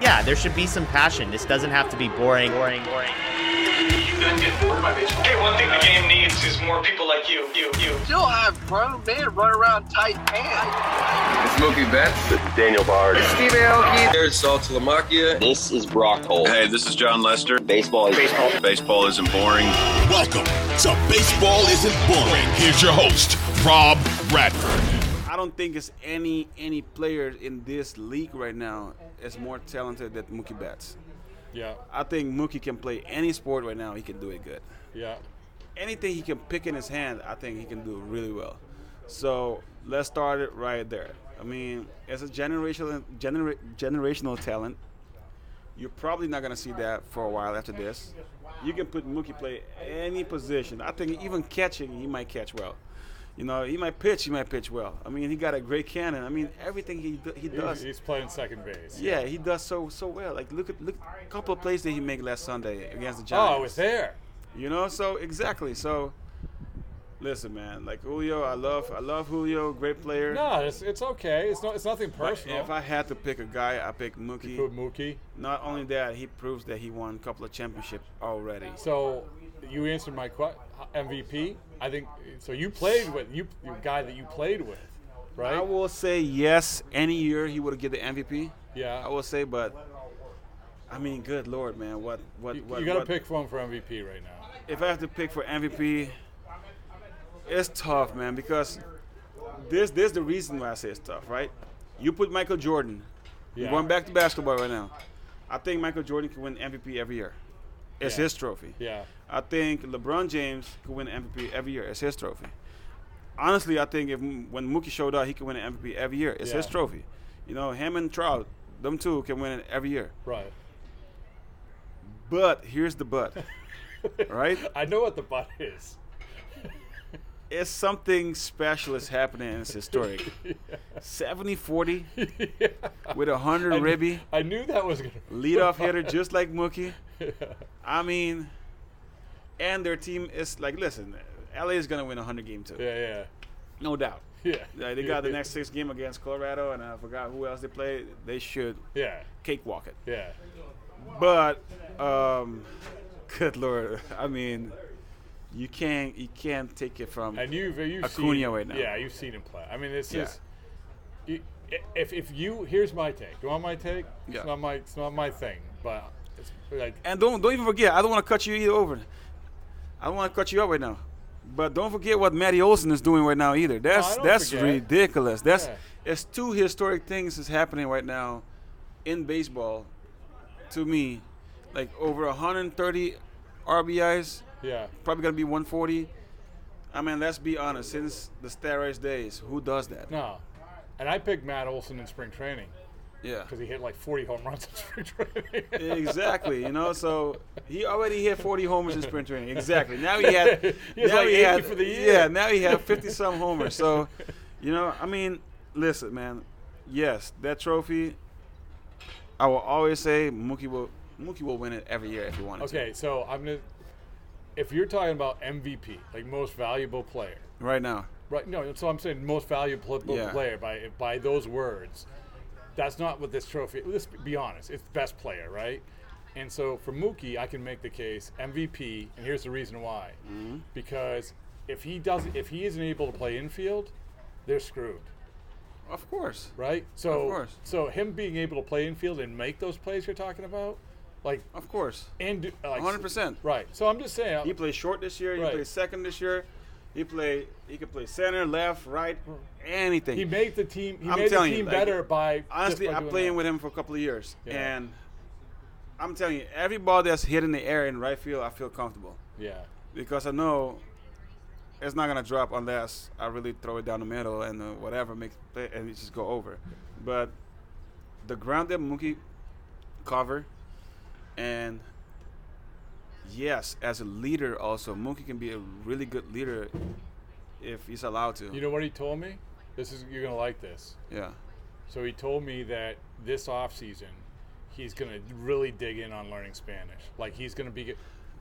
Yeah, there should be some passion. This doesn't have to be boring. Boring. Boring. Hey, one thing the game needs is more people like you. You, you. Still have grown men run around tight pants. It's Mookie Betts. It's Daniel Bard. It's Steve Aoki. There's Saul Tulamakia. This is Brock Holt. Hey, this is John Lester. Baseball is baseball. Baseball isn't boring. Welcome to Baseball Isn't Boring. Here's your host, Rob Radford. I don't think it's any any player in this league right now is more talented than Mookie Betts. Yeah. I think Mookie can play any sport right now. He can do it good. Yeah. Anything he can pick in his hand, I think he can do really well. So let's start it right there. I mean, it's a generational genera- generational talent. You're probably not gonna see that for a while after this. You can put Mookie play any position. I think even catching, he might catch well. You know, he might pitch. He might pitch well. I mean, he got a great cannon. I mean, everything he do, he does. He's playing second base. Yeah, yeah, he does so so well. Like look at look a couple of plays that he made last Sunday against the Giants. Oh, I was there. You know, so exactly. So, listen, man. Like Julio, I love I love Julio. Great player. No, it's, it's okay. It's not it's nothing personal. But if I had to pick a guy, I pick Mookie. You put Mookie. Not only that, he proves that he won a couple of championships already. So, you answered my question. MVP. I think so. You played with you, the guy that you played with, right? I will say yes. Any year he would get the MVP. Yeah, I will say, but I mean, good lord, man, what what you, what? You got to pick one for MVP right now. If I have to pick for MVP, it's tough, man, because this this is the reason why I say it's tough, right? You put Michael Jordan. Yeah. We're going back to basketball right now. I think Michael Jordan can win MVP every year. It's yeah. his trophy. Yeah. I think LeBron James could win MVP every year. It's his trophy. Honestly, I think if when Mookie showed up, he could win an MVP every year. It's yeah. his trophy. You know, him and Trout, them two can win it every year. Right. But here's the but. right? I know what the but is. it's something special is happening and it's historic. yeah. 70 40 yeah. with a 100 I ribby. I knew that was going to Lead off hitter just like Mookie. Yeah. I mean, and their team is like, listen, LA is going to win 100 game too. Yeah, yeah. No doubt. Yeah. Like they yeah, got the next six game against Colorado, and I forgot who else they played. They should yeah. cakewalk it. Yeah. But, um, good lord. I mean, you can't you can't take it from and you've, you've Acuna seen, right now. Yeah, you've seen him play. I mean, it's just yeah. if if you here's my take. You want my take? Yeah. It's not my it's not my thing, but it's like and don't don't even forget. I don't want to cut you either over. I don't want to cut you up right now, but don't forget what Matty Olson is doing right now either. That's no, that's Oh, forget. ridiculous. That's yeah. it's two historic things is happening right now in baseball. To me, like over 130 RBIs. Yeah. Probably gonna be 140. I mean, let's be honest. Since the steroids days, who does that? No. And I picked Matt Olson in spring training. Yeah. Because he hit like 40 home runs in spring training. exactly. You know, so he already hit 40 homers in spring training. Exactly. Now he had. he now like he had, for the year. Yeah. Now he had 50 some homers. So, you know, I mean, listen, man. Yes, that trophy. I will always say Mookie will Mookie will win it every year if he wanted to. Okay, so I'm gonna. If you're talking about MVP, like most valuable player, Right now, right? No, so I'm saying most valuable pl- Yeah. player by by those words. That's not what this trophy. Let's be honest. It's best player, right? And so for Mookie, I can make the case MVP, and here's the reason why. Mm-hmm. Because if he doesn't, if he isn't able to play infield, they're screwed. of course. right? So, Of course. so him being able to play infield and make those plays you're talking about, like Of course. and do- like 100%. right? So I'm just saying, He played short this year. He Right. played second this year. He played. He could play center, left, right, anything. he made the team. He I'm made the telling team you, like, better by just Honestly, by I'm doing playing that. with him for a couple of years, Yeah. and I'm telling you, every ball that's hit in the air in right field, I feel comfortable Yeah, because I know it's not gonna drop unless I really throw it down the middle and uh, whatever make play and it just go over. But the ground that Mookie cover and yes, as a leader also Mookie can be a really good leader if he's allowed to. you know what he told me? This is you're gonna like this. yeah. So he told me that this off season, he's gonna really dig in on learning Spanish. Like he's gonna be,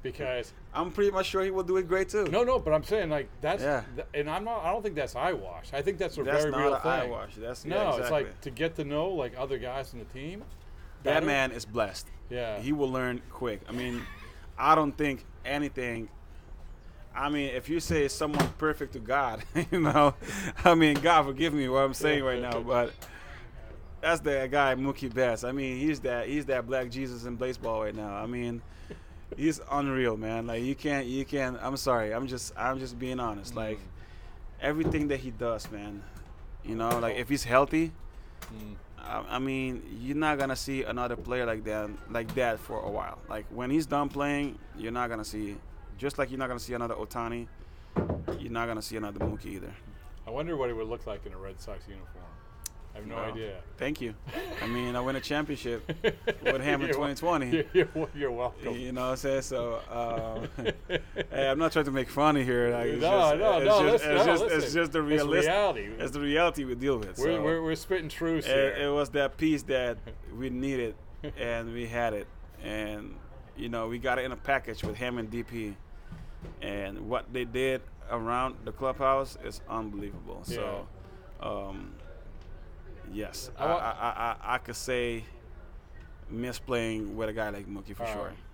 because I'm pretty much sure he will do it great too. no, no. But I'm saying like that's, Yeah. th- and I'm not. I don't think that's eye wash. I think that's a That's very not real a thing. eye wash. That's No, yeah, it's exactly. like to get to know like other guys in the team. that better. man is blessed. Yeah. He will learn quick. I mean, I don't think anything. I mean, if you say someone perfect to God, you know, I mean, God forgive me what I'm saying right now, but that's the guy Mookie Betts. I mean, he's that he's that black Jesus in baseball right now. I mean, he's unreal, man. Like you can't you can't. I'm sorry. I'm just I'm just being honest. Like everything that he does, man. You know, like if he's healthy, I, I mean, you're not gonna see another player like that like that for a while. Like when he's done playing, you're not gonna see. Just like you're not gonna see another Otani, you're not gonna see another Mookie either. I wonder what it would look like in a Red Sox uniform. I have no, Wow. idea. Uh, Thank you. I mean, I win a championship with him in You're wel- 2020. You're, you're, wel- you're welcome. You know what I'm saying? So, um, hey, I'm not trying to make fun of here. Like, it's No, just, no, it's no, Just, listen, it's, no, just, it's listen. just the It's realist- reality. It's the reality we deal with. We're, so we're, we're spitting truths it, it here. was that piece that we needed, and we had it, and you know we got it in a package with him and DP, and what they did around the clubhouse is unbelievable. So, um, yes, I, I, wa- I, I, I could say miss playing with a guy like Mookie for All sure. right.